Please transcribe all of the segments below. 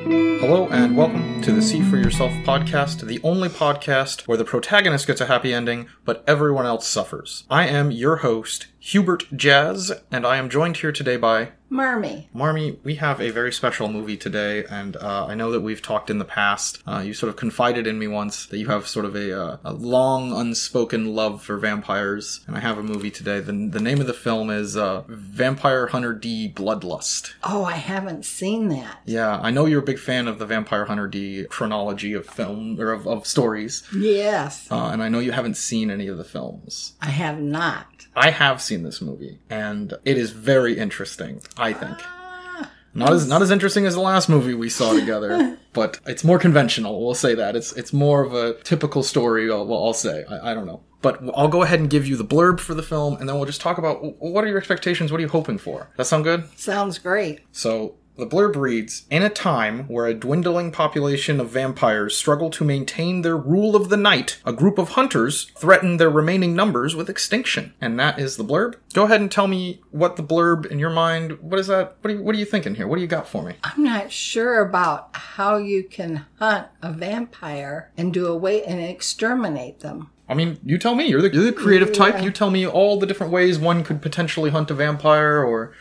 Hello, and welcome to the See for Yourself podcast, the only podcast where the protagonist gets a happy ending, but everyone else suffers. I am your host, Hubert Jazz, and I am joined here today by Mermy. Marmy, we have a very special movie today, and uh, I know that we've talked in the past. Uh, you sort of confided in me once that you have sort of a, uh, a long unspoken love for vampires, and I have a movie today. The, the name of the film is uh, Vampire Hunter D Bloodlust. Oh, I haven't seen that. Yeah, I know you're a big fan of the Vampire Hunter D chronology of film or of, of stories, Yes, uh, and I know you haven't seen any of the films. I have not. I have seen this movie, and it is very interesting. I think Ah, not as not as interesting as the last movie we saw together, but it's more conventional. We'll say that it's it's more of a typical story. I'll, well, I'll say I, I don't know. But I'll go ahead and give you the blurb for the film, and then we'll just talk about wh- what are your expectations? What are you hoping for? That sound good? sounds great. So the blurb reads In a time where a dwindling population of vampires struggle to maintain their rule of the night, a group of hunters threaten their remaining numbers with extinction. And that is the blurb. Go ahead and tell me what the blurb in your mind, what is that? What are you, what are you thinking here? What do you got for me? I'm not sure about how you can hunt a vampire and do away and exterminate them. I mean, you tell me. You're the, you're the creative type. Yeah. You tell me all the different ways one could potentially hunt a vampire or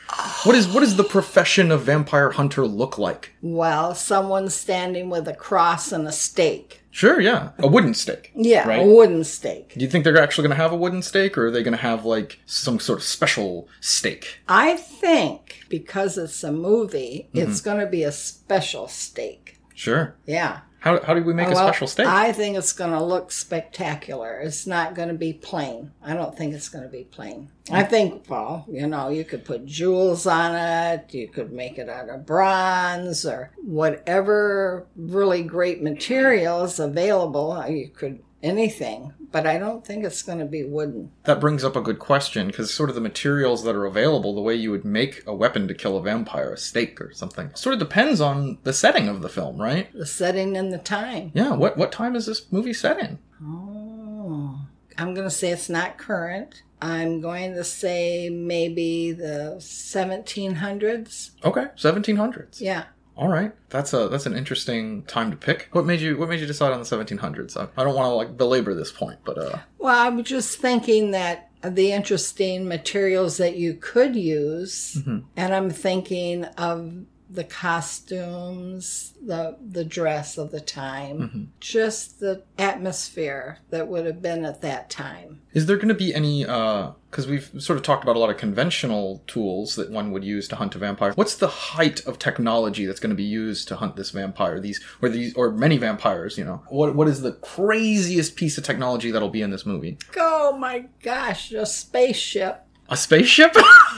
what is what does the profession of vampire hunter look like? Well, someone standing with a cross and a stake. Sure, yeah. A wooden stake. Yeah, Right. a wooden stake. Do you think they're actually going to have a wooden stake, or are they going to have like some sort of special stake? I think because it's a movie, it's going to be a special stake. Sure. Yeah. How, how do we make a Oh, Well, special stake? I think it's going to look spectacular. It's not going to be plain. I don't think it's going to be plain. I Mm. think, well, you know, you could put jewels on it. You could make it out of bronze or whatever really great material is available. Uh, You could anything, but I don't think it's going to be wooden. that brings up a good question because sort of the materials that are available, the way you would make a weapon to kill a vampire, a stake or something, sort of depends on the setting of the film, right? The setting and the time. Yeah. What what time is this movie set in? Oh, I'm going to say it's not current. I'm going to say maybe the 1700s. Okay, seventeen hundreds. Yeah. All right, that's a that's an interesting time to pick. What made you What made you decide on the seventeen hundreds? I, I don't want to like belabor this point, but uh, Well, I'm just thinking that the interesting materials that you could use, Mhm. and I'm thinking of the costumes, the the dress of the time, Mhm. just the atmosphere that would have been at that time. Is there going to be any? Because we've sort of talked about a lot of conventional tools that one would use to hunt a vampire. What's the height of technology that's going to be used to hunt this vampire? These or these or many vampires. You know, what what is the craziest piece of technology that'll be in this movie? Oh my gosh, a spaceship. A spaceship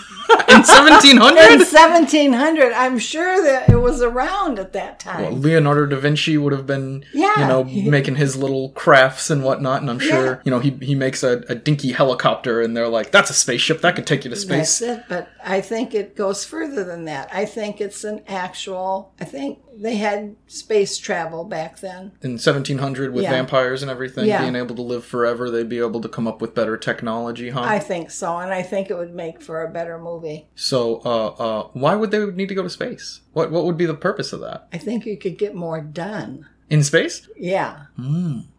in seventeen In hundred. 1700, I'm sure that it was around at that time. Well, Leonardo da Vinci would have been, you Yeah. know, making his little crafts and whatnot, and I'm sure, Yeah. you know, he, he makes a, a dinky helicopter, and they're like, that's a spaceship, that could take you to space. That's it. But I think it goes further than that. I think it's an actual. I think they had space travel back then. in 1700 with Yeah. vampires and everything Yeah. being able to live forever they'd be able to come up with better technology huh I think so, and I think it would make for a better movie. so uh, uh, why would they need to go to space what what would be the purpose of that I think you could get more done. in space Yeah,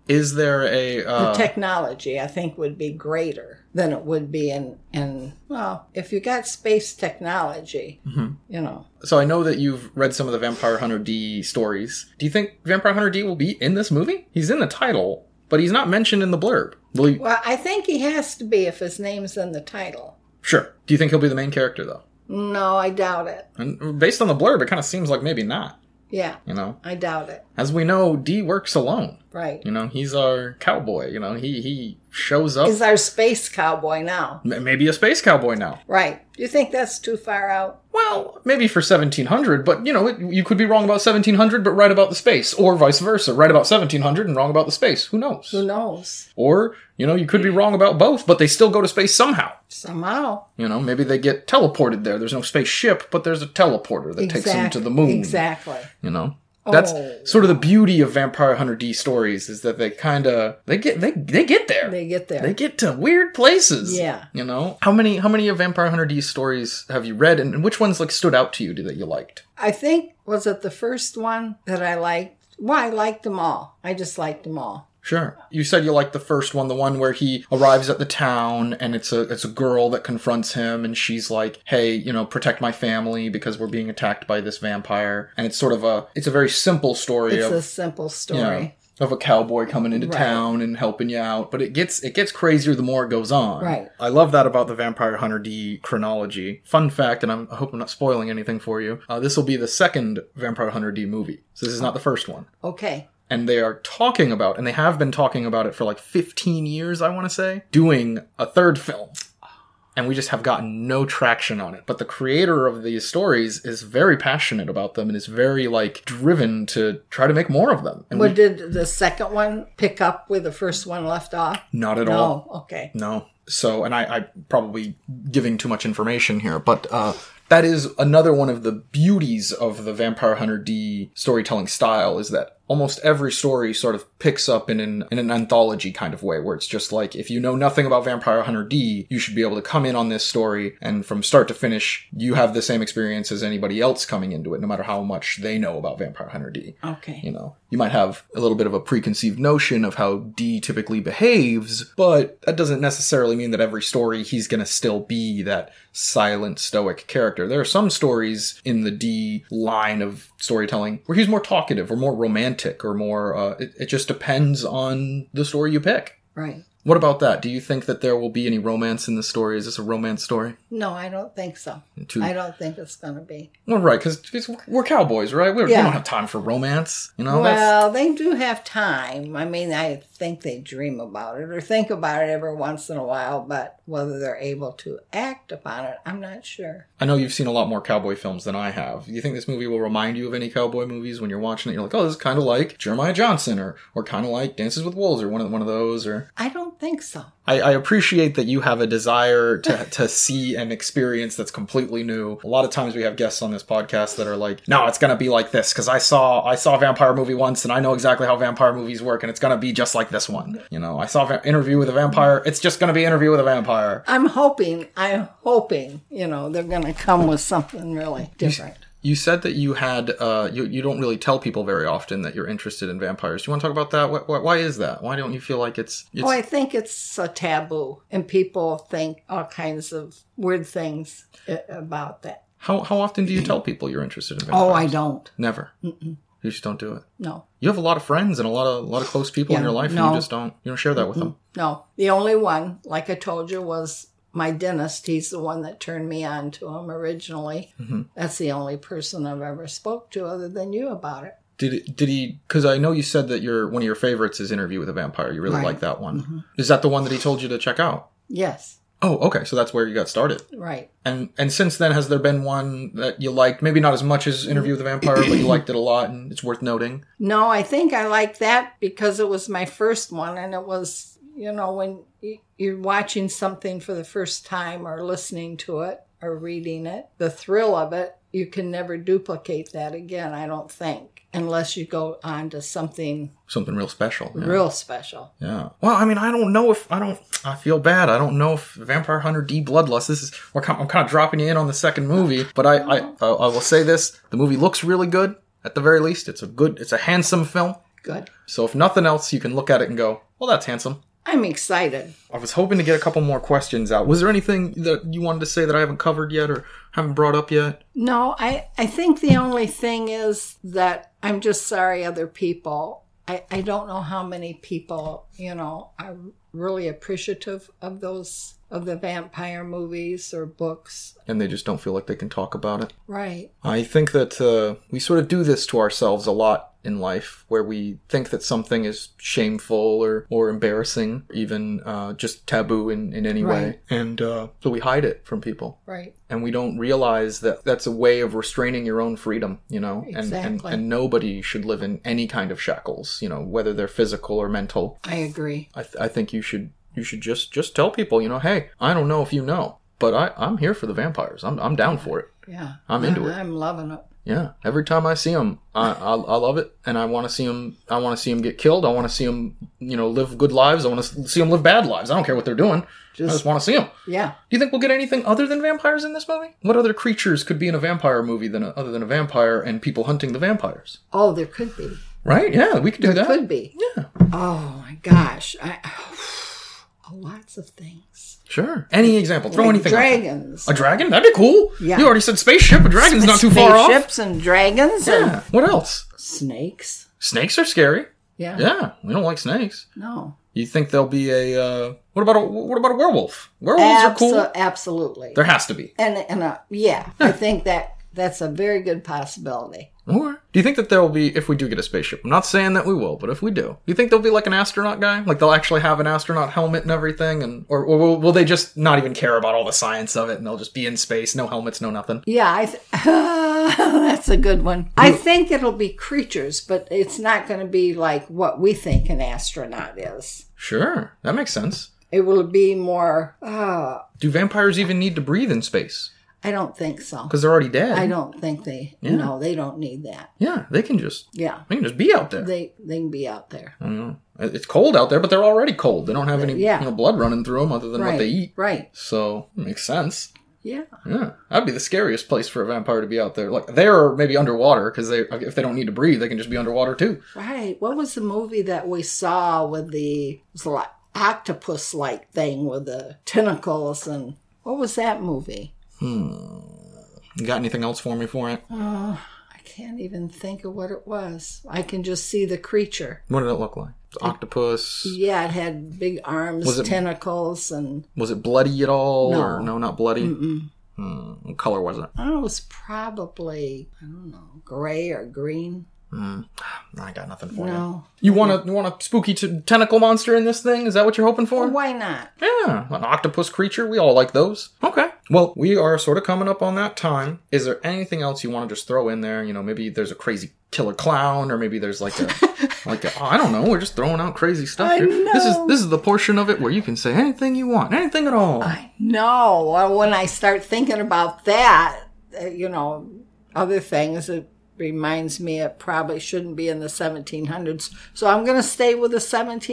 is there a the uh, technology I think would be greater than it would be in in well, if you got space technology, you know. so i know that you've read some of the vampire hunter d stories do you think vampire hunter d will be in this movie he's in the title but he's not mentioned in the blurb will you, Well, I think he has to be if his name's in the title. sure do you think he'll be the main character though No, I doubt it. and based on the blurb it kind of seems like maybe not Yeah, you know I doubt it. as we know d works alone Right. You know, he's our cowboy. You know, he he shows up. He's our space cowboy now. M- maybe a space cowboy now. Right. You think that's too far out? Well, maybe for 1700, but you know, it, you could be wrong about 1700, but right about the space, or vice versa, right about 1700 and wrong about the space. Who knows? Who knows? Or you know, you could be wrong about both, but they still go to space somehow. Somehow. You know, maybe they get teleported there. There's no spaceship, but there's a teleporter that takes them Exact- to the moon. Exactly. You know. That's Oh. sort of the beauty of Vampire Hunter D stories is that they kind of they get they they get there. They get there. They get to weird places. Yeah. You know? How many how many of Vampire Hunter D stories have you read and, and which ones like stood out to you that you liked? I think was it the first one that I liked. Well, I liked them all. I just liked them all. Sure. You said you liked the first one, the one where he arrives at the town and it's a it's a girl that confronts him and she's like, "Hey, you know, protect my family because we're being attacked by this vampire." And it's sort of a it's a very simple story It's of a simple story. of a cowboy coming into Right. town and helping you out but it gets it gets crazier the more it goes on Right. i love that about the vampire hunter d chronology fun fact and I'm, i hope i'm not spoiling anything for you uh, this will be the second vampire hunter d movie so this is not the first one Okay. and they are talking about and they have been talking about it for like 15 years i want to say doing a third film and we just have gotten no traction on it but the creator of these stories is very passionate about them and is very like driven to try to make more of them and we Well, did the second one pick up where the first one left off? Not at all. No. Okay. No. So, and I, I probably giving too much information here, but uh, that is another one of the beauties of the Vampire Hunter D storytelling style is that almost every story sort of picks up in an in an anthology kind of way, where it's just like if you know nothing about Vampire Hunter D, you should be able to come in on this story, and from start to finish, you have the same experience as anybody else coming into it, no matter how much they know about Vampire Hunter D Okay. you know you might have a little bit of a preconceived notion of how d typically behaves but that doesn't necessarily mean that every story he's going to still be that silent stoic character there are some stories in the d line of storytelling where he's more talkative or more romantic or more uh, it, it just depends on the story you pick Right. what about that do you think that there will be any romance in this story is this a romance story No, I don't think so. Too- I don't think it's going to be. well right because we're cowboys right we're, we Yeah. don't have time for romance you know that's Well, they do have time. I mean, I think they dream about it or think about it every once in a while, but whether they're able to act upon it, I'm not sure. I know you've seen a lot more cowboy films than I have. Do you think this movie will remind you of any cowboy movies when you're watching it? You're like, oh, this is kind of like Jeremiah Johnson, or or kind of like Dances with Wolves, or one of one of those. Or I don't think so. I, I appreciate that you have a desire to to see an experience that's completely new. A lot of times we have guests on this podcast that are like, no, it's gonna be like this because I saw I saw a vampire movie once and I know exactly how vampire movies work, and it's gonna be just like this one. You know, I saw va- Interview with a Vampire. It's just gonna be Interview with a Vampire. I'm hoping, I'm hoping, you know, they're going to come with something really different. You said that you had uh, you you don't really tell people very often that you're interested in vampires. Do you want to talk about that? Why, why, why is that? Why don't you feel like it's it's Oh, I think it's a taboo, and people think all kinds of weird things a- about that. how how often do you tell people you're interested in vampires? Oh, I don't. never. You just don't do it. No, You have a lot of friends and a lot of a lot of close people in Yeah, your life, and no. you just don't you don't share that with them. no. The only one, like I told you, was my dentist. He's the one that turned me on to him originally. That's the only person I've ever spoke to other than you about it. Did it- did he? Because I know you said that your one of your favorites is Interview with a Vampire. You really Right. like Mm-hmm. that one. Is that the one that he told you to check out? Yes, Oh, okay. So that's where you got started. right. And and since then, has there been one that you liked? Maybe not as much as Interview with a Vampire, but you liked it a lot, and it's worth noting. No, I think I like that because it was my first one, and it was, you know, when y- you're watching something for the first time or listening to it or reading it, the thrill of it, you can never duplicate that again, I don't think, unless you go on to something Something real special. Yeah. real special. yeah. Well, I mean, I don't know if I don't. I feel bad. I don't know if Vampire Hunter D Bloodlust. This is. We're, kind- I'm kind of dropping you in on the second movie, but I I, I I will say this: the movie looks really good. At the very least, it's a good. It's a handsome film. Good. So if nothing else, you can look at it and go, "Well, that's handsome." I'm excited. I was hoping to get a couple more questions out. Was there anything that you wanted to say that I haven't covered yet or haven't brought up yet? No, I, I think the only thing is that I'm just sorry other people. I, I don't know how many people, you know, are really appreciative of those, of the vampire movies or books. And they just don't feel like they can talk about it. Right. I think that uh, we sort of do this to ourselves a lot in life, where we think that something is shameful or, or embarrassing, even uh, just taboo in, in any way. Right. And uh, so we hide it from people. Right. And we don't realize that that's a way of restraining your own freedom, you know? And, and, Exactly. and nobody should live in any kind of shackles, you know, whether they're physical or mental. I agree. I, th- I think you should you should just just tell people you know hey I don't know if you know but I I'm here for the vampires I'm I'm down for it Yeah. I'm into it. I'm loving it. Yeah, every time I see him, I, I, I love it, and I want to see him. I want to see him get killed. I want to see him, you know, live good lives. I want to see him live bad lives. I don't care what they're doing. I just Just want to see him. yeah. Do you think we'll get anything other than vampires in this movie? What other creatures could be in a vampire movie than a, other than a vampire and people hunting the vampires? Oh, there could be. Right? Yeah, we could do There that. could be. Yeah, Oh my gosh. I lots of things. sure. Any example? Throw Like anything. out there. dragons. A dragon? That'd be cool. Yeah. You already said spaceship. A dragon's not too far off. Spaceships and dragons and Yeah. What else? snakes. Snakes are scary. Yeah. Yeah, we don't like snakes. No. You think there'll be a uh, what about a what about a werewolf? Werewolves Oh, are cool. Abso- Absolutely. There has to be. and and uh, yeah, I think that that's a very good possibility. Or do you think that there will be if we do get a spaceship? I'm not saying that we will, but if we do, do you think there'll be like an astronaut guy? Like they'll actually have an astronaut helmet and everything, and or, or will, will they just not even care about all the science of it and they'll just be in space, no helmets, no nothing? Yeah, I th- that's a good one. Mm. I think it'll be creatures, but it's not going to be like what we think an astronaut is. Sure, that makes sense. It will be more. Uh, Do vampires even need to breathe in space? I don't think so. Because they're already dead. I don't think they. No, they don't need that. Yeah, they can just Yeah, they can just be out there. they they can be out there. I don't know. It's cold out there, but they're already cold. They don't have any Yeah. you know, blood running through them other than right. what they eat. Right. So makes sense. Yeah. Yeah, that'd be the scariest place for a vampire to be out there. Like there, or maybe underwater, because they if they don't need to breathe, they can just be underwater too. Right. What was the movie that we saw with the it was like octopus like thing with the tentacles and what was that movie? You got anything else for me for it? Uh, I can't even think of what it was. I can just see the creature. What did it look like? It's octopus? Yeah, it had big arms, Was it- tentacles, and Was it bloody at all? No. Mm. Or no, not bloody. Hmm, what color was it? I don't know, it was probably I don't know, gray or green. I got nothing for you. No. You want a you want a spooky t- tentacle monster in this thing? Is that what you're hoping for? Why not? Yeah, an octopus creature. We all like those. Okay. Well, we are sort of coming up on that time. Is there anything else you want to just throw in there? You know, maybe there's a crazy killer clown, or maybe there's like a like a, I don't know. We're just throwing out crazy stuff I here. This is know. this is the portion of it where you can say anything you want, anything at all. No, well, when I start thinking about that, uh, you know, other things, it reminds me it probably shouldn't be in the 1700s. So I'm going to stay with the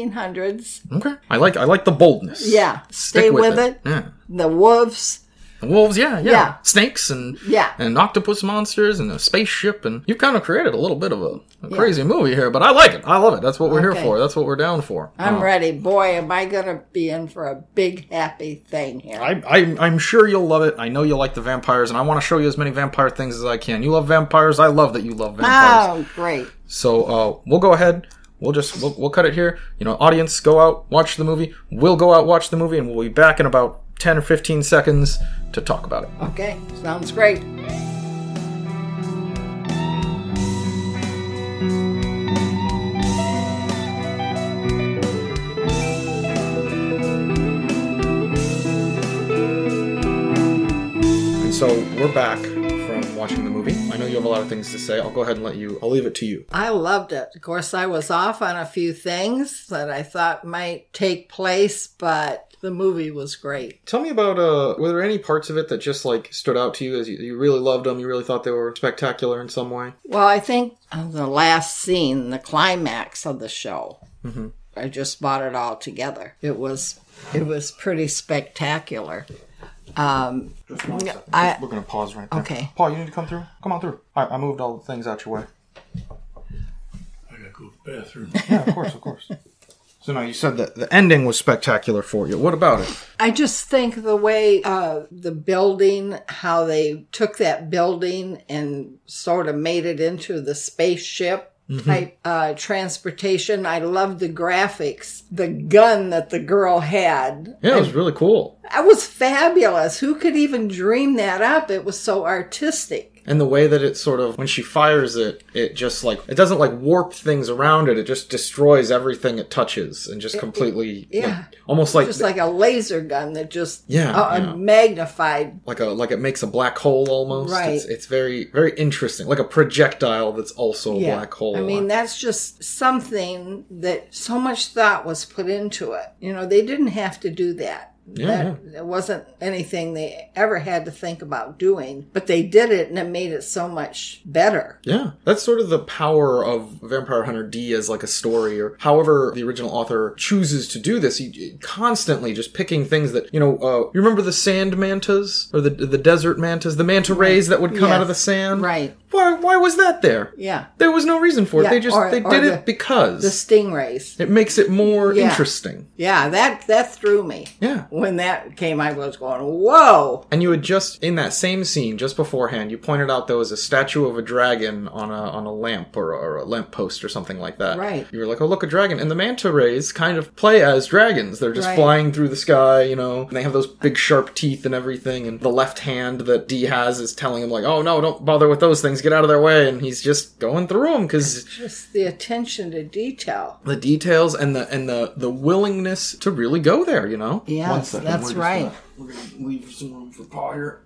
1700s. okay. I like I like the boldness. Yeah, Stick stay with it. Yeah. The wolves. The wolves. Yeah, yeah. Yeah. Snakes and Yeah. and octopus monsters and a spaceship and you've kind of created a little bit of a, a crazy movie here, but I like it. I love it. That's what we're here Okay. for. That's what we're down for. I'm ready. Boy, am I going to be in for a big, happy thing here. I, I, I'm sure you'll love it. I know you like the vampires, and I want to show you as many vampire things as I can. You love vampires. I love that you love vampires. Oh, great. So uh, we'll go ahead. We'll just we'll, we'll cut it here. You know, audience, go out watch the movie. We'll go out watch the movie, and we'll be back in about ten or fifteen seconds to talk about it. Okay, sounds great. And so we're back from watching the movie. I know you have a lot of things to say. I'll go ahead and let you. I'll leave it to you. I loved it. Of course, I was off on a few things that I thought might take place, but the movie was great. Tell me about uh, were there any parts of it that just like stood out to you as you, you really loved them? You really thought they were spectacular in some way. Well, I think on the last scene, the climax of the show, I just bought it all together. It was it was pretty spectacular. Um, I- We're gonna pause right there. Okay. Paul, you need to come through. Come on through. I, I moved all the things out your way. I gotta go to the bathroom. Yeah, of course, of course. So now you said that the ending was spectacular for you. What about it? I just think the way uh, the building, how they took that building and sort of made it into the spaceship type uh, transportation. I loved the graphics, the gun that the girl had. Yeah, it was really cool. That was fabulous. Who could even dream that up? It was so artistic. And the way that it sort of when she fires it, it just like it doesn't like warp things around it. It just destroys everything it touches and just completely yeah. like, almost like just like a laser gun that just Yeah, uh, yeah. magnified like a like it makes a black hole almost. Right. It's, it's very very interesting. Like a projectile that's also a yeah. black hole. I mean, that's just something that so much thought was put into it. You know, they didn't have to do that. Yeah, that it wasn't anything they ever had to think about doing, but they did it and it made it so much better. Yeah, that's sort of the power of Vampire Hunter D as like a story, or however the original author chooses to do this. He constantly just picking things that you know. Uh, you remember the sand mantas or the the desert mantas, the manta rays that would come out of the Yes. sand. Right. Why? Why was that there? Yeah. There was no reason for it. Yeah, They just or- they or did the- it because The stingrays. it makes it more Yeah. interesting. Yeah, that that threw me. Yeah. When that came, I was going, "Whoa!" And you had just in that same scene, just beforehand, you pointed out there was a statue of a dragon on a on a lamp or a, or a lamp post or something like that. Right. You were like, "Oh, look, a dragon!" And the manta rays kind of play as dragons. They're just Right. flying through the sky, you know. And they have those big sharp teeth and everything. And the left hand that D has is telling him like, "Oh no, don't bother with those things. Get out of their way." And he's just going through them because Just the attention to detail. the details and the and the the willingness to really go there, you know. Yes, One second, that's we're just right. gonna- we're gonna leave some room for Paul here.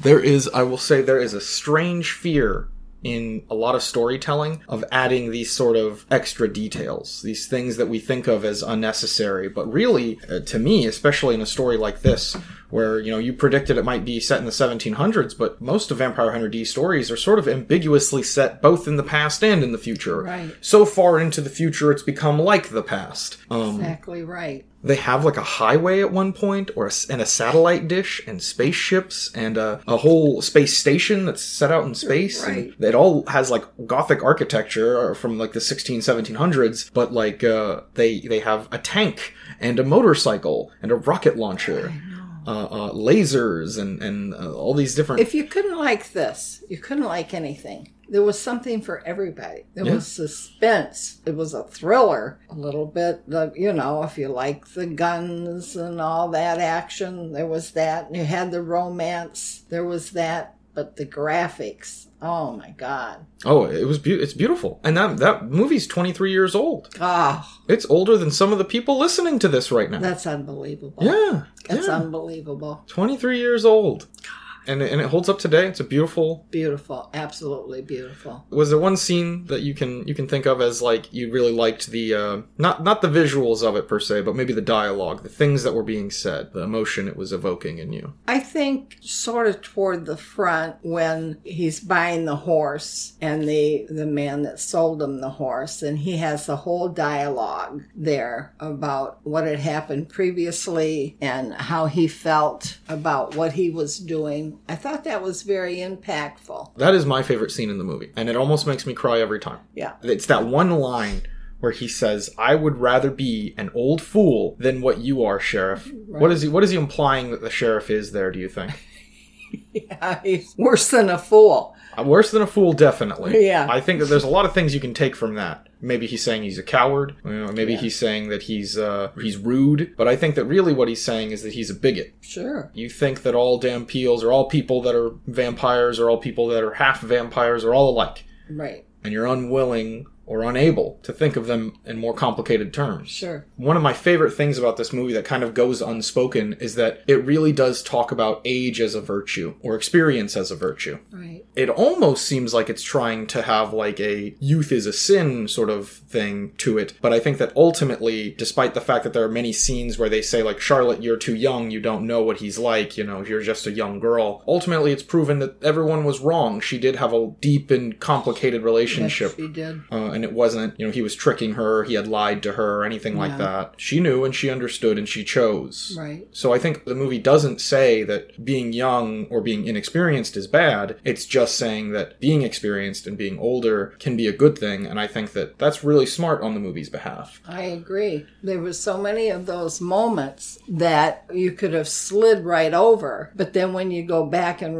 There is, I will say, there is a strange fear in a lot of storytelling of adding these sort of extra details, these things that we think of as unnecessary, but really, uh, to me, especially in a story like this, where you know you predicted it might be set in the 1700s, but most of Vampire Hunter D stories are sort of ambiguously set both in the past and in the future. Right. So far into the future, it's become like the past. Um, Exactly right. they have like a highway at one point or a s and a satellite dish and spaceships and a, a whole space station that's set out in space Right. and it all has like gothic architecture uh, from like the 16 1700s but like uh, they they have a tank and a motorcycle and a rocket launcher uh, uh, lasers and and uh, all these different If you couldn't like this, you couldn't like anything. There was something for everybody. There was suspense. It was a thriller, a little bit. The, you know, if you like the guns and all that action, there was that. You had the romance. There was that. But the graphics. Oh my God. oh it was beau- it's beautiful and that that movie's 23 years old Oh, it's older than some of the people listening to this right now that's unbelievable. yeah That's yeah. unbelievable. 23 years old. And it, and it holds up today. It's a beautiful. Beautiful. Absolutely beautiful. Was there one scene that you can you can think of as like you really liked the uh, not not the visuals of it per se, but maybe the dialogue, the things that were being said, the emotion it was evoking in you. I think sort of toward the front when he's buying the horse and the the man that sold him the horse and he has the whole dialogue there about what had happened previously and how he felt about what he was doing. I thought that was very impactful. That is my favorite scene in the movie, and it almost makes me cry every time. Yeah. It's that one line where he says, "I would rather be an old fool than what you are, sheriff." What is he what is he implying that the sheriff is there, do you think? he's worse than a fool. Uh, Worse than a fool, definitely. Yeah. I think that there's a lot of things you can take from that. Maybe he's saying he's a coward. You know, maybe he's saying that he's uh, he's rude. But I think that really what he's saying is that he's a bigot. Sure. You think that all damn peels or all people that are vampires or all people that are half vampires are all alike, Right. and you're unwilling or unable to think of them in more complicated terms. Sure. One of my favorite things about this movie that kind of goes unspoken is that it really does talk about age as a virtue or experience as a virtue Right. it almost seems like it's trying to have like a youth is a sin sort of thing to it but i think that ultimately despite the fact that there are many scenes where they say like charlotte you're too young you don't know what he's like you know you're just a young girl ultimately it's proven that everyone was wrong she did have a deep and complicated relationship Yes, he did. uh, and it wasn't you know he was tricking her he had lied to her or anything like that she knew and she understood and she chose Right. so i think the movie doesn't say that being young or being inexperienced is bad it's just saying that being experienced and being older can be a good thing and i think that that's really smart on the movie's behalf I agree. There were so many of those moments that you could have slid right over, but then when you go back in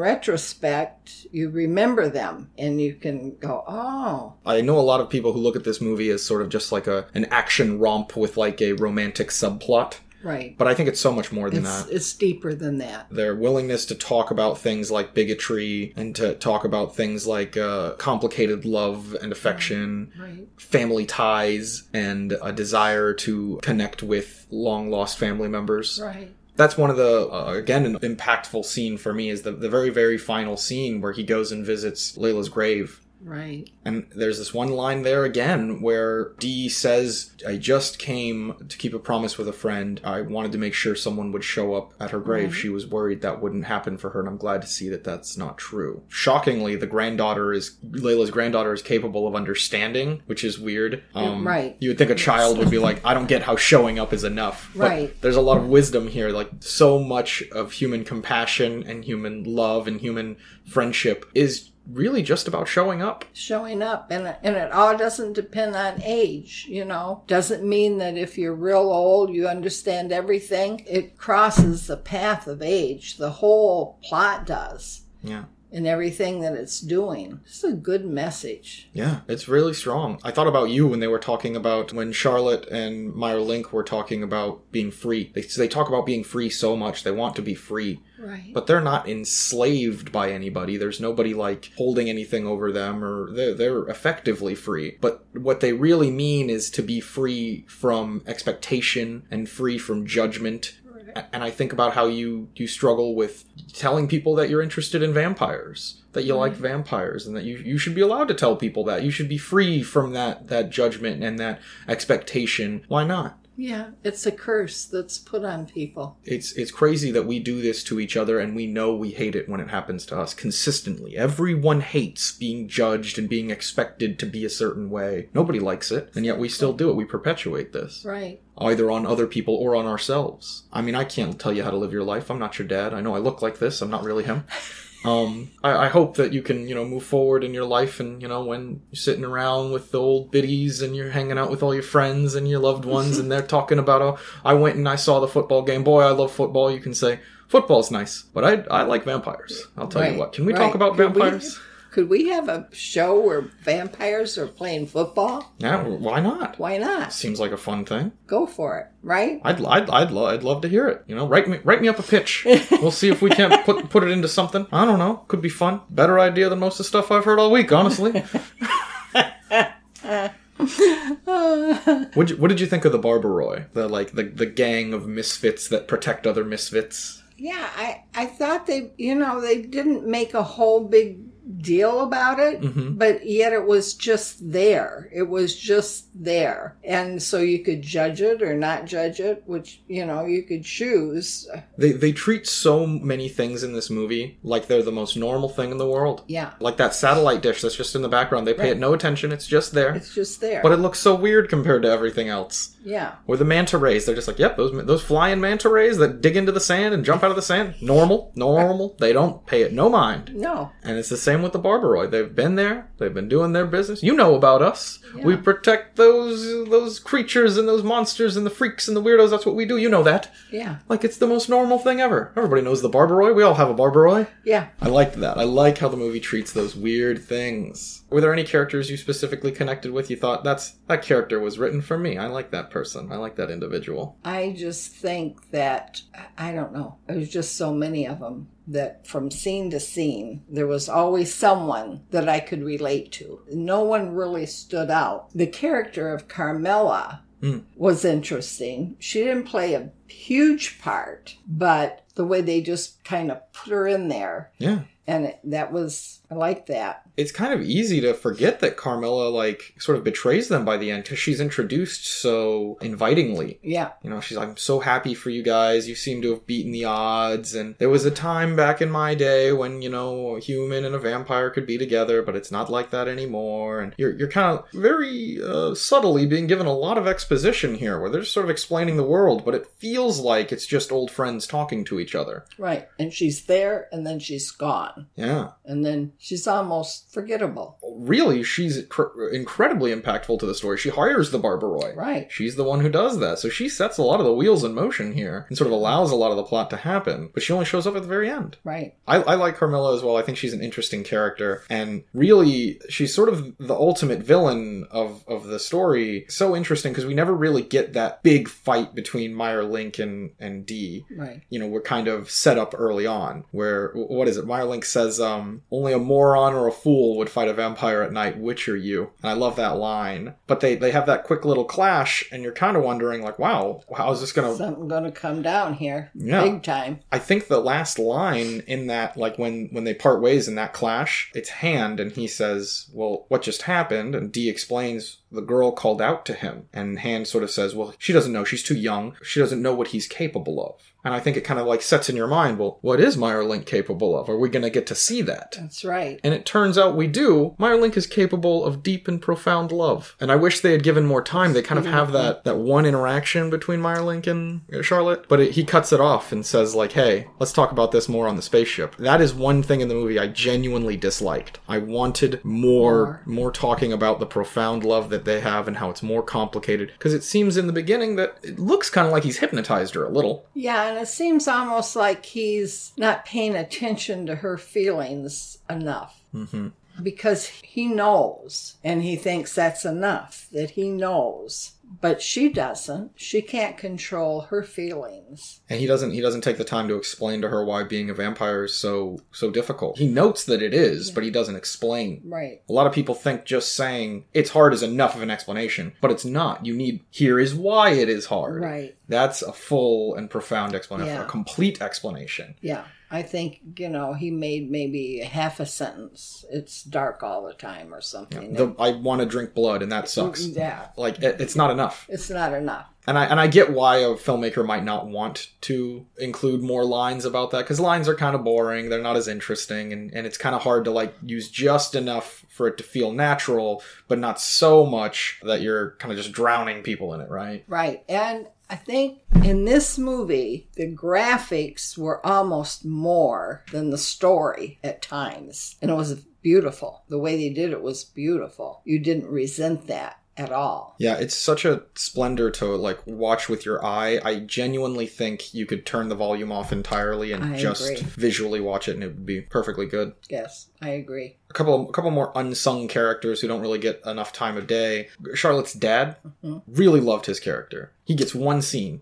retrospect, you remember them and you can go, "Oh, i know a lot of people who look at this movie as sort of just like a an action romp with like a romantic subplot right. but i think it's so much more than that It's, it's deeper than that." their willingness to talk about things like bigotry and to talk about things like uh, complicated love and affection, Right. family ties, and a desire to connect with long lost family members. Right. That's one of the, uh, again, an impactful scene for me is the, the very, very final scene where he goes and visits Layla's grave. Right. And there's this one line there again where Dee says, I just came to keep a promise with a friend. I wanted to make sure someone would show up at her grave. Mm-hmm. She was worried that wouldn't happen for her, and I'm glad to see that that's not true. Shockingly, the granddaughter is, Layla's granddaughter is capable of understanding, which is weird. Um, Right. You would think a child would be like, I don't get how showing up is enough. But Right. there's a lot of wisdom here. Like, so much of human compassion and human love and human friendship is really just about showing up. Showing up, and it- and it all doesn't depend on age. You know, doesn't mean that if you're real old, you understand everything. It crosses the path of age. The whole plot does. Yeah. and everything that it's doing. This is a good message. Yeah, it's really strong. I thought about you when they were talking about when Charlotte and Meyer Link were talking about being free. They, they talk about being free so much. They want to be free, Right. but they're not enslaved by anybody. There's nobody like holding anything over them, or they're, they're effectively free. But what they really mean is to be free from expectation and free from judgment. A- And I think about how you you struggle with telling people that you're interested in vampires, that you like vampires, and that you you should be allowed to tell people that. You should be free from that that judgment and that expectation. Why not? yeah, it's a curse that's put on people. It's it's crazy that we do this to each other and we know we hate it when it happens to us consistently. Everyone hates being judged and being expected to be a certain way. Nobody likes it, and yet we still do it. We perpetuate this Right. either on other people or on ourselves. I mean, I can't tell you how to live your life. I'm not your dad. I know I look like this. I'm not really him. Um, I, I hope that you can, you know, move forward in your life and, you know, when you're sitting around with the old biddies and you're hanging out with all your friends and your loved ones and they're talking about, oh, I went and I saw the football game. Boy, I love football. You can say, football's nice, but I, I like vampires. I'll tell Right, you what. Can we right. talk about Could we- vampires? Could we have a show where vampires are playing football? Yeah, why not? Why not? Seems like a fun thing. Go for it, right? I'd, I'd, I'd, lo- I'd love to hear it. You know, write me, write me up a pitch. We'll see if we can't put, put it into something. I don't know. Could be fun. Better idea than most of the stuff I've heard all week, honestly. what what did you think of the Barbaroi? The like the, the gang of misfits that protect other misfits. Yeah, I, I thought they, you know, they didn't make a whole big deal about it, Mm-hmm. but yet it was just there. It was just there. And so you could judge it or not judge it, which, you know, you could choose. They they treat so many things in this movie like they're the most normal thing in the world. Yeah, Like that satellite dish that's just in the background. They pay it no attention. It's just there. it's just there. But it looks so weird compared to everything else. yeah. Or the manta rays. They're just like, yep, those those flying manta rays that dig into the sand and jump out of the sand. Normal, normal. They don't pay it no mind. No. And it's the same with the Barbaroi. They've been there. They've been doing their business. You know about us. We protect those those creatures and those monsters and the freaks and the weirdos. That's what we do. You know that. Yeah. Like it's the most normal thing ever. Everybody knows the Barbaroi. We all have a Barbaroi. Yeah. I liked that. I like how the movie treats those weird things. Were there any characters you specifically connected with? You thought that's that character was written for me. I like that person. I like that individual. I just think that, I don't know, there's just so many of them that from scene to scene, there was always someone that I could relate to. No one really stood out. The character of Carmela was interesting. She didn't play a huge part, but the way they just kind of put her in there, Yeah. and it, that was, I like that. It's kind of easy to forget that Carmilla like sort of betrays them by the end cuz she's introduced so invitingly. Yeah. You know, she's like, I'm so happy for you guys. You seem to have beaten the odds. And there was a time back in my day when, you know, a human and a vampire could be together, but it's not like that anymore. And you're, you're kind of very uh, subtly being given a lot of exposition here where they're just sort of explaining the world, but it feels like it's just old friends talking to each other. Right. And she's there, and then she's gone. Yeah. And then she's almost forgettable. Really, she's cr- incredibly impactful to the story. She hires the Barbaroi. Right. She's the one who does that. So she sets a lot of the wheels in motion here and sort of allows a lot of the plot to happen, but she only shows up at the very end. Right. I, I like Carmilla as well. I think she's an interesting character, and really, she's sort of the ultimate villain of of the story. So interesting because we never really get that big fight between Meyer Link and and Dee. Right. You know, we're kind of set up early on. Where wh- what is it? Meyer Link says, um, "Only a moron or a fool would fight a vampire vampire at night, which are you? And I love that line. But they, they have that quick little clash, and you're kind of wondering, like, wow, how is this going to Something gonna come down here, Yeah. big time. I think the last line in that, like when when they part ways in that clash, it's Hand, and he says, "Well, what just happened?" And D explains the girl called out to him, and Hand sort of says, "Well, she doesn't know. She's too young. She doesn't know what he's capable of." And I think it kind of like sets in your mind, "Well, what is Meyerlink capable of? Are we going to get to see that?" That's right. And it turns out we do. Meyerlink is capable of deep and profound love. And I wish they had given more time. They kind of have that, that one interaction between Meyerlink and uh, Charlotte, but it, he cuts it off and says, like, hey, let's talk about this more on the spaceship. That is one thing in the movie I genuinely disliked. I wanted more, more, talking about the profound love that they have and how it's more complicated. Because it seems in the beginning that it looks kind of like he's hypnotized her a little. Yeah, and it seems almost like he's not paying attention to her feelings enough. Mm-hmm. because he knows and he thinks that's enough that he knows but she doesn't she can't control her feelings and he doesn't he doesn't take the time to explain to her why being a vampire is so so difficult he notes that it is but he doesn't explain right a lot of people think just saying it's hard is enough of an explanation but it's not you need here is why it is hard right that's a full and profound explanation Yeah. a complete explanation yeah i think you know he made maybe a half a sentence it's dark all the time or something the, i want to drink blood and that sucks yeah like it, it's not enough it's not enough and I and I get why a filmmaker might not want to include more lines about that because lines are kind of boring. They're not as interesting, and and it's kind of hard to like use just enough for it to feel natural, but not so much that you're kind of just drowning people in it, right? right and i think in this movie the graphics were almost more than the story at times and it was beautiful the way they did it was beautiful you didn't resent that at all Yeah, it's such a splendor to like watch with your eye. I genuinely think you could turn the volume off entirely and I just agree. visually watch it, and it would be perfectly good. Yes, I agree. a couple a couple more unsung characters who don't really get enough time of day. Charlotte's dad Mhm. really loved his character. He gets one scene,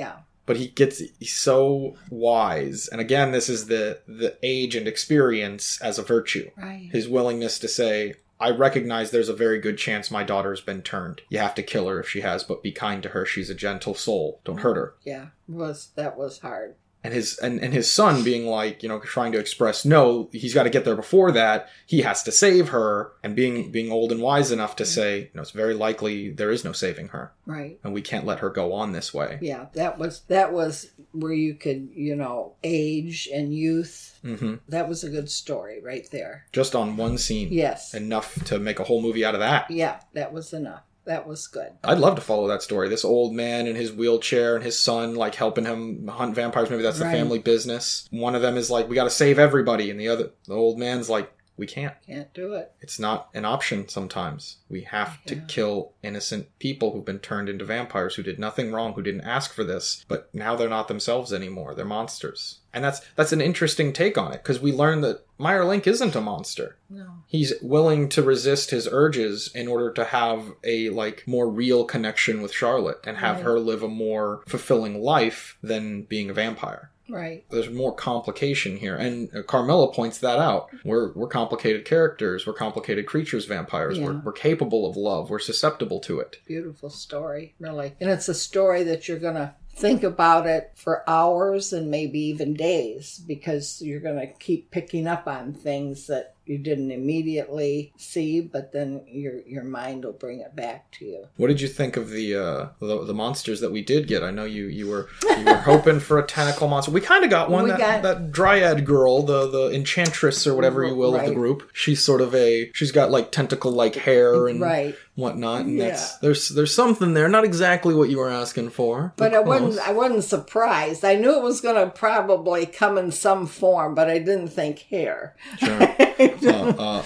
Yeah, but he gets he's so wise. And again, this is the the age and experience as a virtue. right. His willingness to say, "I recognize there's a very good chance my daughter's been turned. You have to kill her if she has, but be kind to her. She's a gentle soul. Don't hurt her." Yeah, was that was hard. and his and, and his son being like you know trying to express no he's got to get there before that he has to save her and being being old and wise enough to say you know it's very likely there is no saving her Right. and we can't let her go on this way Yeah, that was that was where you could, you know, age and youth. hmm That was a good story right there. just on one scene Yes. enough to make a whole movie out of that Yeah, that was enough. That was good. I'd love to follow that story. This old man in his wheelchair and his son, like helping him hunt vampires. Maybe that's the Right. family business. One of them is like, "We got to save everybody," and the other, the old man's like, "We can't." Can't do it. it's not an option sometimes. We have to Yeah. kill innocent people who've been turned into vampires who did nothing wrong, who didn't ask for this, but now they're not themselves anymore. They're monsters. And that's that's an interesting take on it because we learn that Meyer Link isn't a monster. No. He's willing to resist his urges in order to have a like more real connection with Charlotte and have Right. her live a more fulfilling life than being a vampire Right. there's more complication here and uh, carmela points that out we're we're complicated characters we're complicated creatures vampires we're, Yeah. we're capable of love we're susceptible to it Beautiful story, really. And it's a story that you're gonna think about it for hours and maybe even days because you're gonna keep picking up on things that you didn't immediately see, but then your your mind will bring it back to you. what did you think of the uh the, the monsters that we did get i know you you were you were hoping for a tentacle monster we kind of got one We that, got- that dryad girl the the enchantress or whatever you will of the Right. group she's sort of a she's got like tentacle like hair and Right. whatnot and that's Yeah. there's there's something there not exactly what you were asking for But I wasn't close. I wasn't surprised. I knew it was gonna probably come in some form, but I didn't think hair. uh,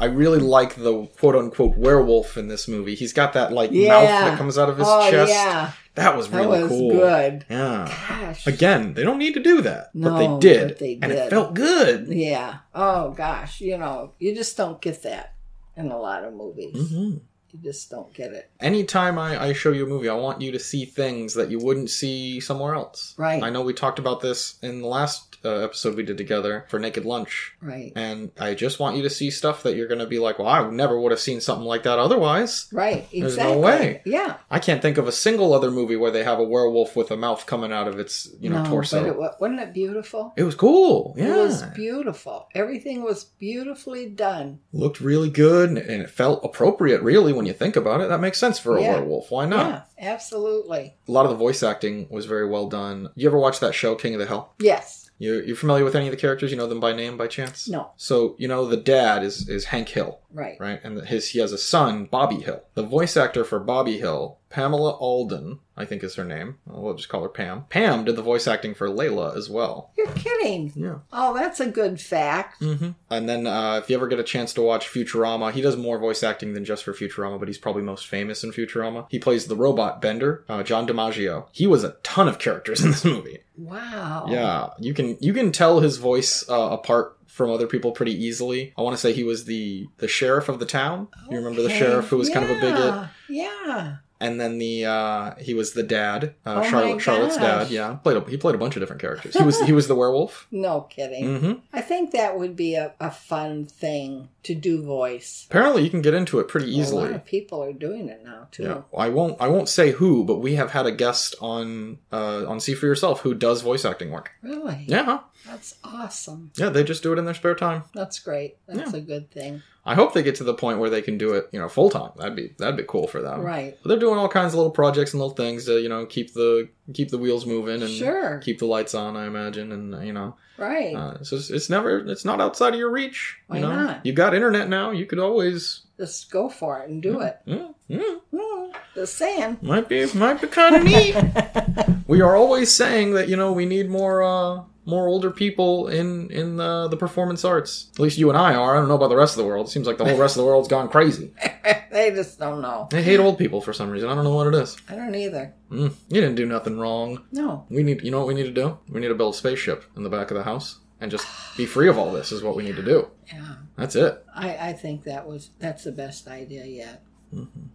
I really like the quote unquote werewolf in this movie. He's got that like Yeah. mouth that comes out of his oh chest. yeah. That was That really was cool. good. Yeah. Gosh. Again, they don't need to do that, but No, they did, but they and it did. felt good. Yeah. Oh gosh, you know, you just don't get that in a lot of movies. Mhm. You just don't get it. Anytime I, I show you a movie, I want you to see things that you wouldn't see somewhere else. Right. I know we talked about this in the last uh, episode we did together for Naked Lunch, Right. and I just want you to see stuff that you're going to be like, well, I never would have seen something like that otherwise. Right. Exactly. There's no way. Yeah. I can't think of a single other movie where they have a werewolf with a mouth coming out of its you know no, torso. But it, wa- wasn't it beautiful? It was cool. Yeah. It was beautiful. Everything was beautifully done. Looked really good and it felt appropriate, really, when you think about it. That makes sense for a Yeah. werewolf. Why not? Yeah, absolutely. A lot of the voice acting was very well done. You ever watch that show, King of the Hill? Yes. You, you're familiar with any of the characters? You know them by name, by chance? No. So, you know, the dad is, is Hank Hill, Right. right? And his he has a son, Bobby Hill. The voice actor for Bobby Hill, Pamela Alden, I think is her name. We'll just call her Pam. Pam did the voice acting for Layla as well. You're kidding. Yeah. Oh, that's a good fact. Mm-hmm. And then, uh, if you ever get a chance to watch Futurama, he does more voice acting than just for Futurama, but he's probably most famous in Futurama. He plays the robot Bender, uh, John DiMaggio. He was a ton of characters in this movie. Wow. Yeah, you can you can tell his voice uh, apart from other people pretty easily. I want to say he was the the sheriff of the town. You remember the Okay. sheriff who was kind of a bigot, Yeah, Yeah. and then the uh, he was the dad, Oh uh, my Charlotte Charlotte's gosh. dad. Yeah, played a, he played a bunch of different characters. He was he was the werewolf. No kidding. hmm I think that would be a, a fun thing to do voice. Apparently, you can get into it pretty A lot easily. of people are doing it now too. Yeah, I won't. I won't say who, but we have had a guest on uh, on See for Yourself who does voice acting work. Really? Yeah, That's awesome. yeah, they just do it in their spare time. That's great. That's a good thing. I hope they get to the point where they can do it, you know, full time. That'd be that'd be cool for them. right. But they're doing all kinds of little projects and little things to you know keep the keep the wheels moving and Sure. keep the lights on. I imagine, and you know, Right. uh, so it's, it's never it's not outside of your reach. Why you know, not? you got internet now. You could always Just go for it and do it. Mm, mm. Mm, just saying. Might be might be kind of neat. we are always saying that you know we need more uh more older people in in the the performance arts. At least you and I are. I don't know about the rest of the world. It seems like the whole rest of the world's gone crazy. they just don't know. They hate old people for some reason. I don't know what it is. I don't either. Mm, you didn't do nothing wrong. No. We need you know what we need to do? We need to build a spaceship in the back of the house and just be free of all this is what we need to do. Yeah. That's it. I, I think that was that's the best idea yet.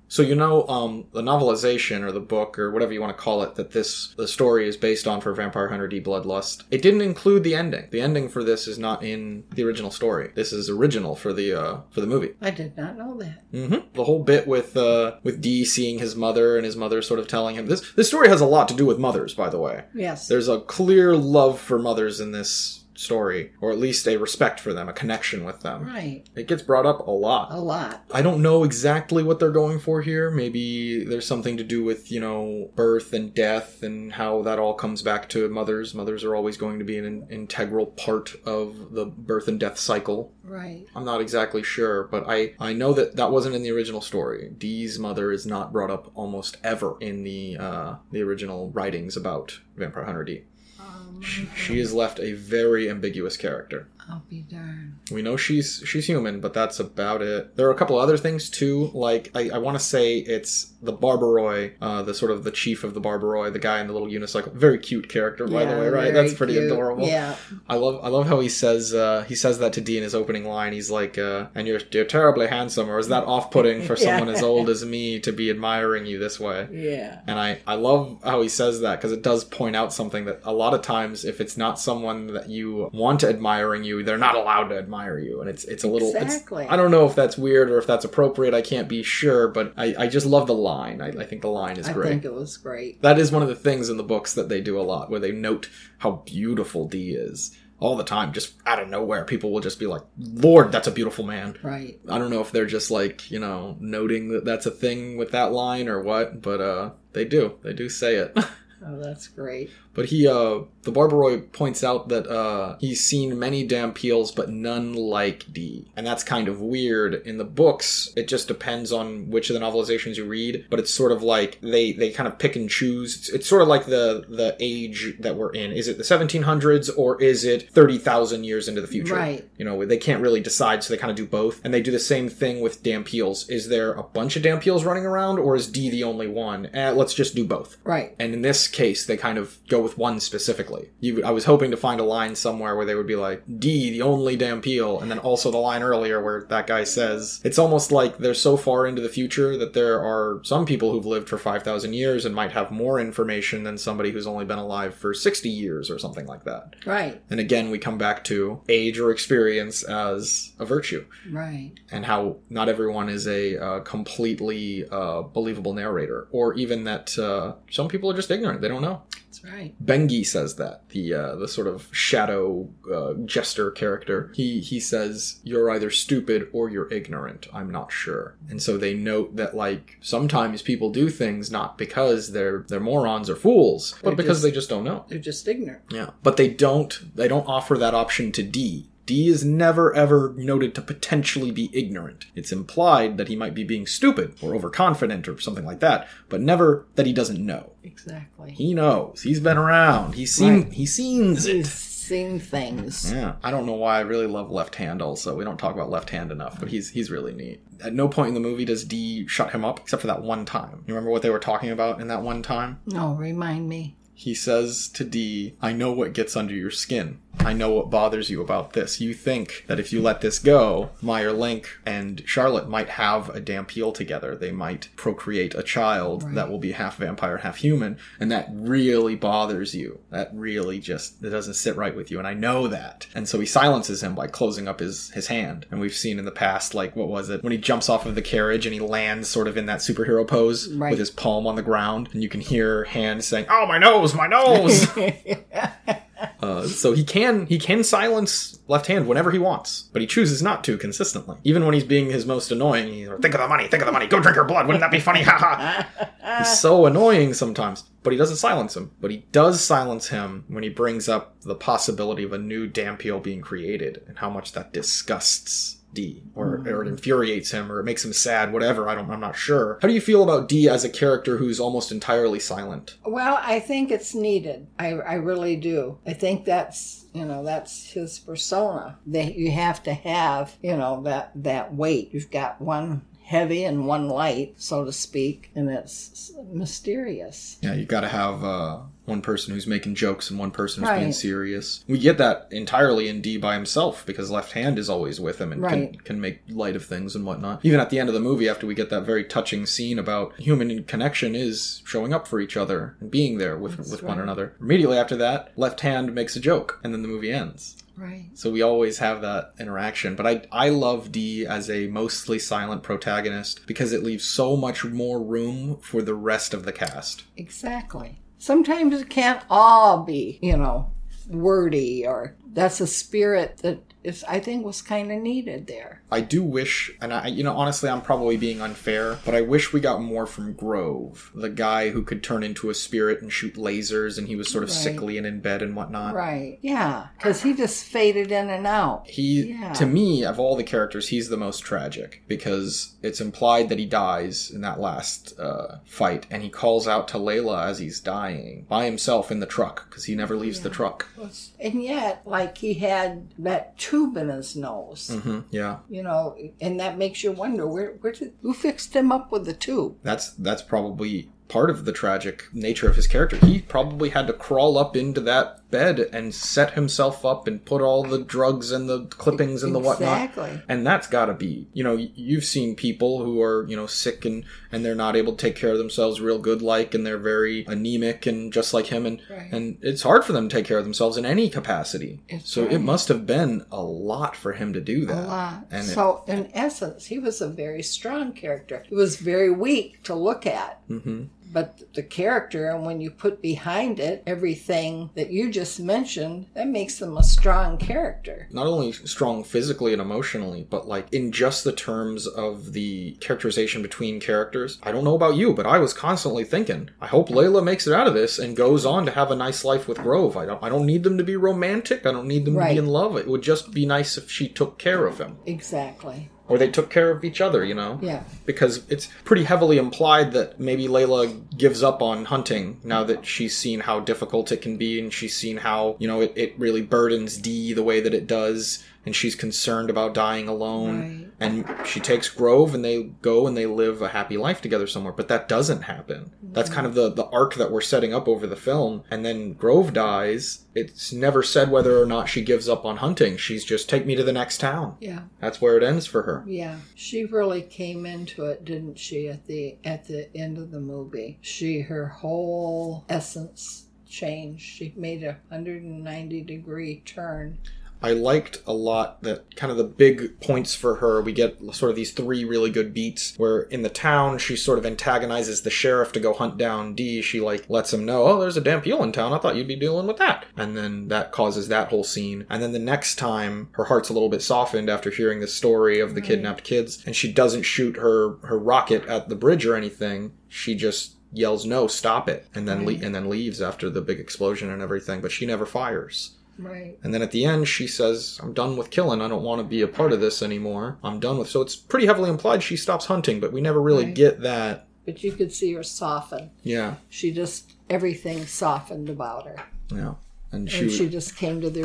So you know, um, the novelization or the book or whatever you want to call it that this the story is based on for Vampire Hunter D Bloodlust. It didn't include the ending. The ending for this is not in the original story. This is original for the uh, for the movie. I did not know that. hmm The whole bit with uh, with D seeing his mother and his mother sort of telling him this this story has a lot to do with mothers, by the way. Yes. There's a clear love for mothers in this story, or at least a respect for them, a connection with them. right. It gets brought up a lot. A lot. I don't know exactly what they're going for here. Maybe there's something to do with, you know, birth and death and how that all comes back to mothers. Mothers are always going to be an in- integral part of the birth and death cycle. Right. I'm not exactly sure, but I, I know that that wasn't in the original story. Dee's mother is not brought up almost ever in the uh, the original writings about Vampire Hunter D. Um, She, she is left a very ambiguous character. I'll be darned. We know she's she's human, but that's about it. There are a couple other things too. Like I, I want to say it's the Barbaroi, uh, the sort of the chief of the Barbaroi, the guy in the little unicycle. Very cute character, by the Yeah, way, right? very That's pretty cute. adorable. Yeah. I love I love how he says uh, he says that to D in his opening line. He's like, uh, "And you're you're terribly handsome," or is that off putting for Yeah. someone as old as me to be admiring you this way? Yeah. And I, I love how he says that because it does point out something that a lot of times if it's not someone that you want admiring you, they're not allowed to admire you. And it's it's a little it's- Exactly. I don't know if that's weird or if that's appropriate. I can't be sure, but I, I just love the line. I, I think the line is I great. think it was great. that is one of the things in the books that they do a lot where they note how beautiful D is all the time, just out of nowhere. People will just be like, Lord, that's a beautiful man. Right. I don't know if they're just like, you know, noting that that's a thing with that line or what, but uh they do. They do say it. Oh, that's great. but he uh the Barbaroi points out that uh he's seen many damn peels but none like D. And that's kind of weird. In the books, it just depends on which of the novelizations you read, but it's sort of like they they kind of pick and choose. It's, it's sort of like the the age that we're in. Is it the 1700s or is it 30,000 years into the future? Right. you know they can't really decide so they kind of do both and they do the same thing with dampeels is there a bunch of dampeels running around or is d the only one eh, let's just do both Right. and in this case they kind of go with one specifically. You, I was hoping to find a line somewhere where they would be like, D, the only damn peel, and then also the line earlier where that guy says, it's almost like they're so far into the future that there are some people who've lived for 5,000 years and might have more information than somebody who's only been alive for 60 years or something like that. Right, And again, we come back to age or experience as a virtue right. and how not everyone is a uh, completely uh, believable narrator, or even that uh, some people are just ignorant; they don't know. That's right. Bengi says that the uh, the sort of shadow uh, jester character. He he says you're either stupid or you're ignorant. I'm not sure, and so they note that like sometimes people do things not because they're they're morons or fools, but They because just- they just don't know. They're just ignorant. Yeah, but they don't they don't offer that option to D. D is never ever noted to potentially be ignorant. It's implied that he might be being stupid or overconfident or something like that, but never that he doesn't know. Exactly. He knows. He's been around. He's seen Right. he seens it. He's seen things. Yeah. I don't know why I really love Left Hand also. We don't talk about Left Hand enough, but he's he's really neat. At no point in the movie does D shut him up except for that one time. You remember what they were talking about in that one time? No, Oh, remind me. He says to D, I know what gets under your skin. I know what bothers you about this. You think that if you let this go, Meyer Link and Charlotte might have a damn peel together. They might procreate a child Right. that will be half vampire, half human, and that really bothers you. That really just it doesn't sit right with you, and I know that. And so he silences him by closing up his his hand. And we've seen in the past, like what was it, when he jumps off of the carriage and he lands sort of in that superhero pose Right. with his palm on the ground, and you can hear hand saying, "Oh, my nose, my nose." Uh, so he can he can silence left hand whenever he wants, but he chooses not to consistently. Even when he's being his most annoying, he's like, "Think of the money, think of the money, go drink her blood. Wouldn't that be funny?" Ha ha. He's so annoying sometimes, but he doesn't silence him. But he does silence him when he brings up the possibility of a new Dampiel being created and how much that disgusts D or, or it infuriates him or it makes him sad, whatever. I don't. I'm not sure. How do you feel about D as a character who's almost entirely silent? Well, I think it's needed. I, I really do. I think that's you know that's his persona that you have to have you know that that weight. You've got one heavy and one light, so to speak, and it's mysterious. Yeah, you got to have uh, one person who's making jokes and one person who's being Right. serious. We get that entirely in D by himself because Left Hand is always with him and can, Right. can make light of things and whatnot. Even at the end of the movie, after we get that very touching scene about human connection is showing up for each other and being there with, That's with one right. another. Immediately after that, Left Hand makes a joke and then the movie ends. Right. So we always have that interaction. But I I love D as a mostly silent protagonist because it leaves so much more room for the rest of the cast. Exactly. Sometimes it can't all be you know wordy or that's a spirit that is I think was kind of needed there. I do wish, and I, you know, honestly, I'm probably being unfair, but I wish we got more from Grove, the guy who could turn into a spirit and shoot lasers, and he was sort of Right. sickly and in bed and whatnot. Right. Yeah. Because he just faded in and out. He, Yeah. to me, of all the characters, he's the most tragic because it's implied that he dies in that last uh, fight, and he calls out to Layla as he's dying by himself in the truck because he never leaves the truck. And yet, like he had that tube in his nose, hmm Yeah, you know, and that makes you wonder where, where did, who fixed him up with the tube? that's that's probably part of the tragic nature of his character. He probably had to crawl up into that bed and set himself up and put all the drugs and the clippings and the whatnot. Exactly. And that's got to be, you know, y- you've seen people who are, you know, sick and and they're not able to take care of themselves real good like and they're very anemic and just like him and Right. and it's hard for them to take care of themselves in any capacity. It's so it right. must have been a lot for him to do A that. lot. And it- so, in essence, he was a very strong character. He was very weak to look at. Mhm. But the character, and when you put behind it everything that you just mentioned, that makes them a strong character. not only strong physically and emotionally, but like in just the terms of the characterization between characters. I don't know about you, but I was constantly thinking, I hope Layla makes it out of this and goes on to have a nice life with Grove. I don't I don't need them to be romantic. I don't need them to Right. be in love. It would just be nice if she took care of him Exactly. or they took care of each other, you know? Yeah. Because it's pretty heavily implied that maybe Layla gives up on hunting now that she's seen how difficult it can be and she's seen how, you know, it, it really burdens D the way that it does. and she's concerned about dying alone. Right. And she takes Grove and they go and they live a happy life together somewhere. But that doesn't happen. That's kind of the, the arc that we're setting up over the film. And then Grove dies. It's never said whether or not she gives up on hunting. She's just take me to the next town. Yeah, That's where it ends for her. yeah. She really came into it, didn't she? At the at the end of the movie, she her whole essence changed. She made a hundred and ninety degree turn. I liked a lot that kind of the big points for her. We get sort of these three really good beats where in the town she sort of antagonizes the sheriff to go hunt down D. She like lets him know, oh, there's a damn peel in town. I thought you'd be dealing with that. And then that causes that whole scene. And then the next time her heart's a little bit softened after hearing the story of the kidnapped kids, and she doesn't shoot her her rocket at the bridge or anything. She just yells no stop it and then le- and then leaves after the big explosion and everything but she never fires Right. and then at the end, she says, I'm done with killing. I don't want to be a part of this anymore. I'm done with. So it's pretty heavily implied she stops hunting, but we never really Right. get that. But you could see her soften. Yeah. She just everything softened about her, Yeah. And she, and she just came to the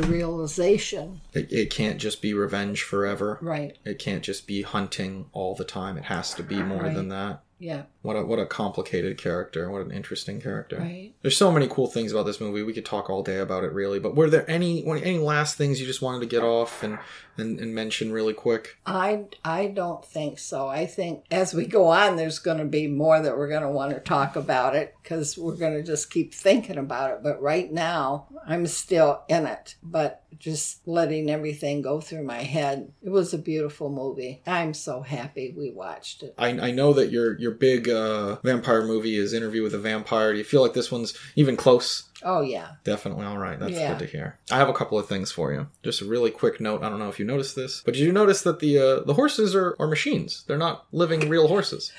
realization. it, it can't just be revenge forever. Right. It can't just be hunting all the time. It has to be more Right. than that. Yeah. What a, what a complicated character. What an interesting character. Right. There's so many cool things about this movie. We could talk all day about it, really. But were there any any last things you just wanted to get Oh. off and, and, and mention really quick? I, I don't think so. I think as we go on, there's going to be more that we're going to want to talk about it because we're going to just keep thinking about it. But right now, I'm still in it, but just letting everything go through my head. It was a beautiful movie. I'm so happy we watched it. I, I know that your your big uh, vampire movie is Interview with a Vampire. Do you feel like this one's even close? Oh, yeah. Definitely. All right. That's Yeah. good to hear. I have a couple of things for you. Just a really quick note. I don't know if you noticed this, but did you notice that the uh, the horses are, are machines? They're not living real horses.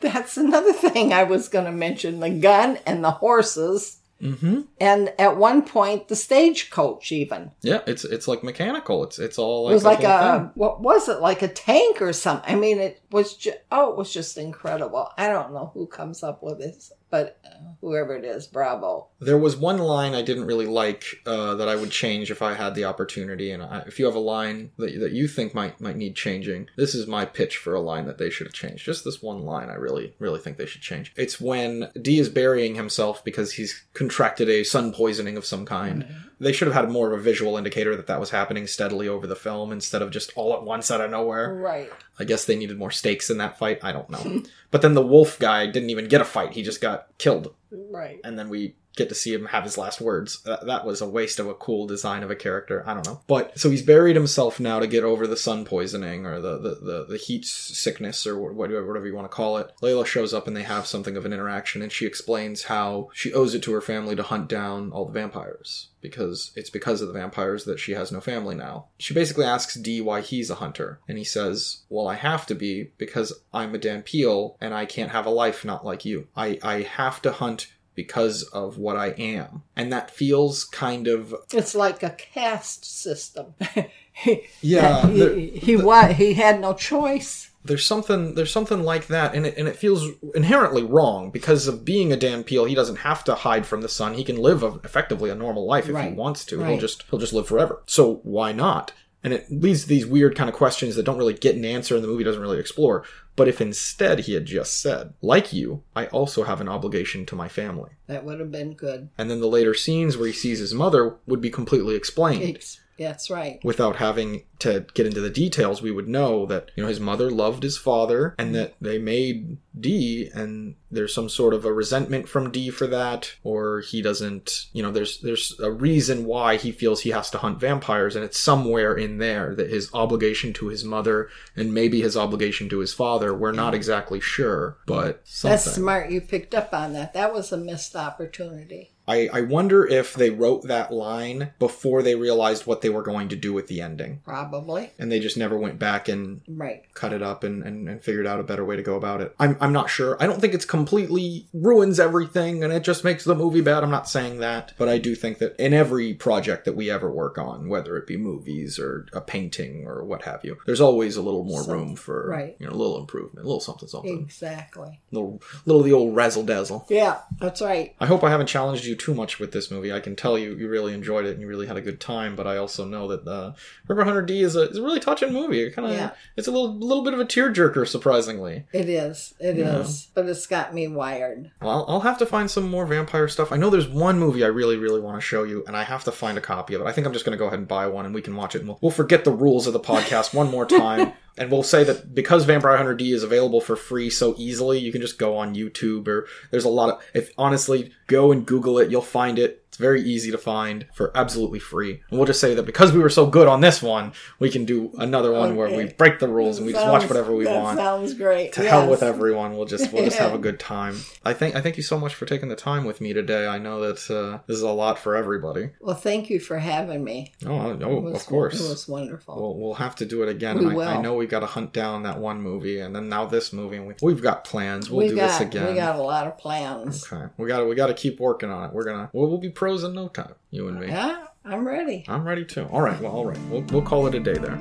That's another thing I was going to mention the gun and the horses. Mm-hmm. And at one point, the stagecoach, even. Yeah. It's it's like mechanical. It's it's all like it was the like whole a thing. what was it like a tank or something i mean it was just oh it was just incredible i don't know who comes up with this but uh, whoever it is bravo There was one line I didn't really like uh, that I would change if I had the opportunity. And I, if you have a line that, that you think might might need changing, this is my pitch for a line that they should have changed. Just this one line, I really really think they should change. It's when D is burying himself because he's contracted a sun poisoning of some kind. They should have had more of a visual indicator that that was happening steadily over the film instead of just all at once out of nowhere. right I guess they needed more stakes in that fight. I don't know. but then the wolf guy didn't even get a fight. He just got killed right and then we get to see him have his last words. That, that was a waste of a cool design of a character. I don't know. But so he's buried himself now to get over the sun poisoning or the the, the, the heat s- sickness or wh- whatever, whatever you want to call it. Layla shows up and they have something of an interaction and she explains how she owes it to her family to hunt down all the vampires because it's because of the vampires that she has no family now. She basically asks D why he's a hunter and he says, "Well, I have to be because I'm a Dan Peel and I can't have a life not like you. I I have to hunt because of what I am. And that feels kind of it's like a caste system yeah. he, there- he wa he had no choice there's something there's something like that, and it and it feels inherently wrong because of being a Dan Peel. He doesn't have to hide from the sun. He can live a, effectively a normal life if Right. he wants to. He'll Right. just he'll just live forever. So why not? And it leads to these weird kind of questions that don't really get an answer, and the movie doesn't really explore. But if instead he had just said, "Like you, I also have an obligation to my family," that would have been good and then the later scenes where he sees his mother would be completely explained. it's, that's right without having to get into the details, we would know that you know his mother loved his father, and that they made D, and there's some sort of a resentment from D for that, or he doesn't. You know, there's there's a reason why he feels he has to hunt vampires, and it's somewhere in there that his obligation to his mother and maybe his obligation to his father. We're not exactly sure, but something. that's smart you picked up on that that was a missed opportunity I, I wonder if they wrote that line before they realized what they were going to do with the ending. probably And they just never went back and right cut it up and, and, and figured out a better way to go about it. I'm, I'm not sure. I don't think it's completely ruins everything and it just makes the movie bad. I'm not saying that, but I do think that in every project that we ever work on, whether it be movies or a painting or what have you, there's always a little more Some- room for right. you know a little improvement, a little something something, Exactly. little little of the old razzle dazzle. Yeah, that's right. I hope I haven't challenged you too much with this movie. I can tell you you really enjoyed it and you really had a good time, but I also know that uh, River Hunter D is a is a really touching movie. It kind of Yeah. it's a little little bit of a tearjerker, surprisingly. It is. It is. Yeah. But it's got me wired. Well, I'll have to find some more vampire stuff. I know there's one movie I really really want to show you, and I have to find a copy of it. I think I'm just going to go ahead and buy one, and we can watch it. And we'll, we'll forget the rules of the podcast one more time. And we'll say that because Vampire Hunter D is available for free so easily, you can just go on YouTube or there's a lot of if honestly go and Google it, you'll find it. It's very easy to find for absolutely free. And we'll just say that because we were so good on this one, we can do another one where we Okay. break the rules and we just watch Sounds- whatever we that want Sounds great. to hell Yes. with everyone. We'll just we'll just have a good time. I think I thank you so much for taking the time with me today. I know that uh, this is a lot for everybody. Well, thank you for having me. Oh, I- It oh was- of course. It was wonderful. We'll, we'll have to do it again. We and I, I will. know we got to hunt down that one movie, and then now this movie. And we, we've got plans. We'll we do got, this again. We got a lot of plans. okay. We got to we got to keep working on it. We're gonna we'll, we'll be pros in no time. You and me. Yeah, I'm ready. I'm ready too. All right. Well, all right. We'll, we'll call it a day there.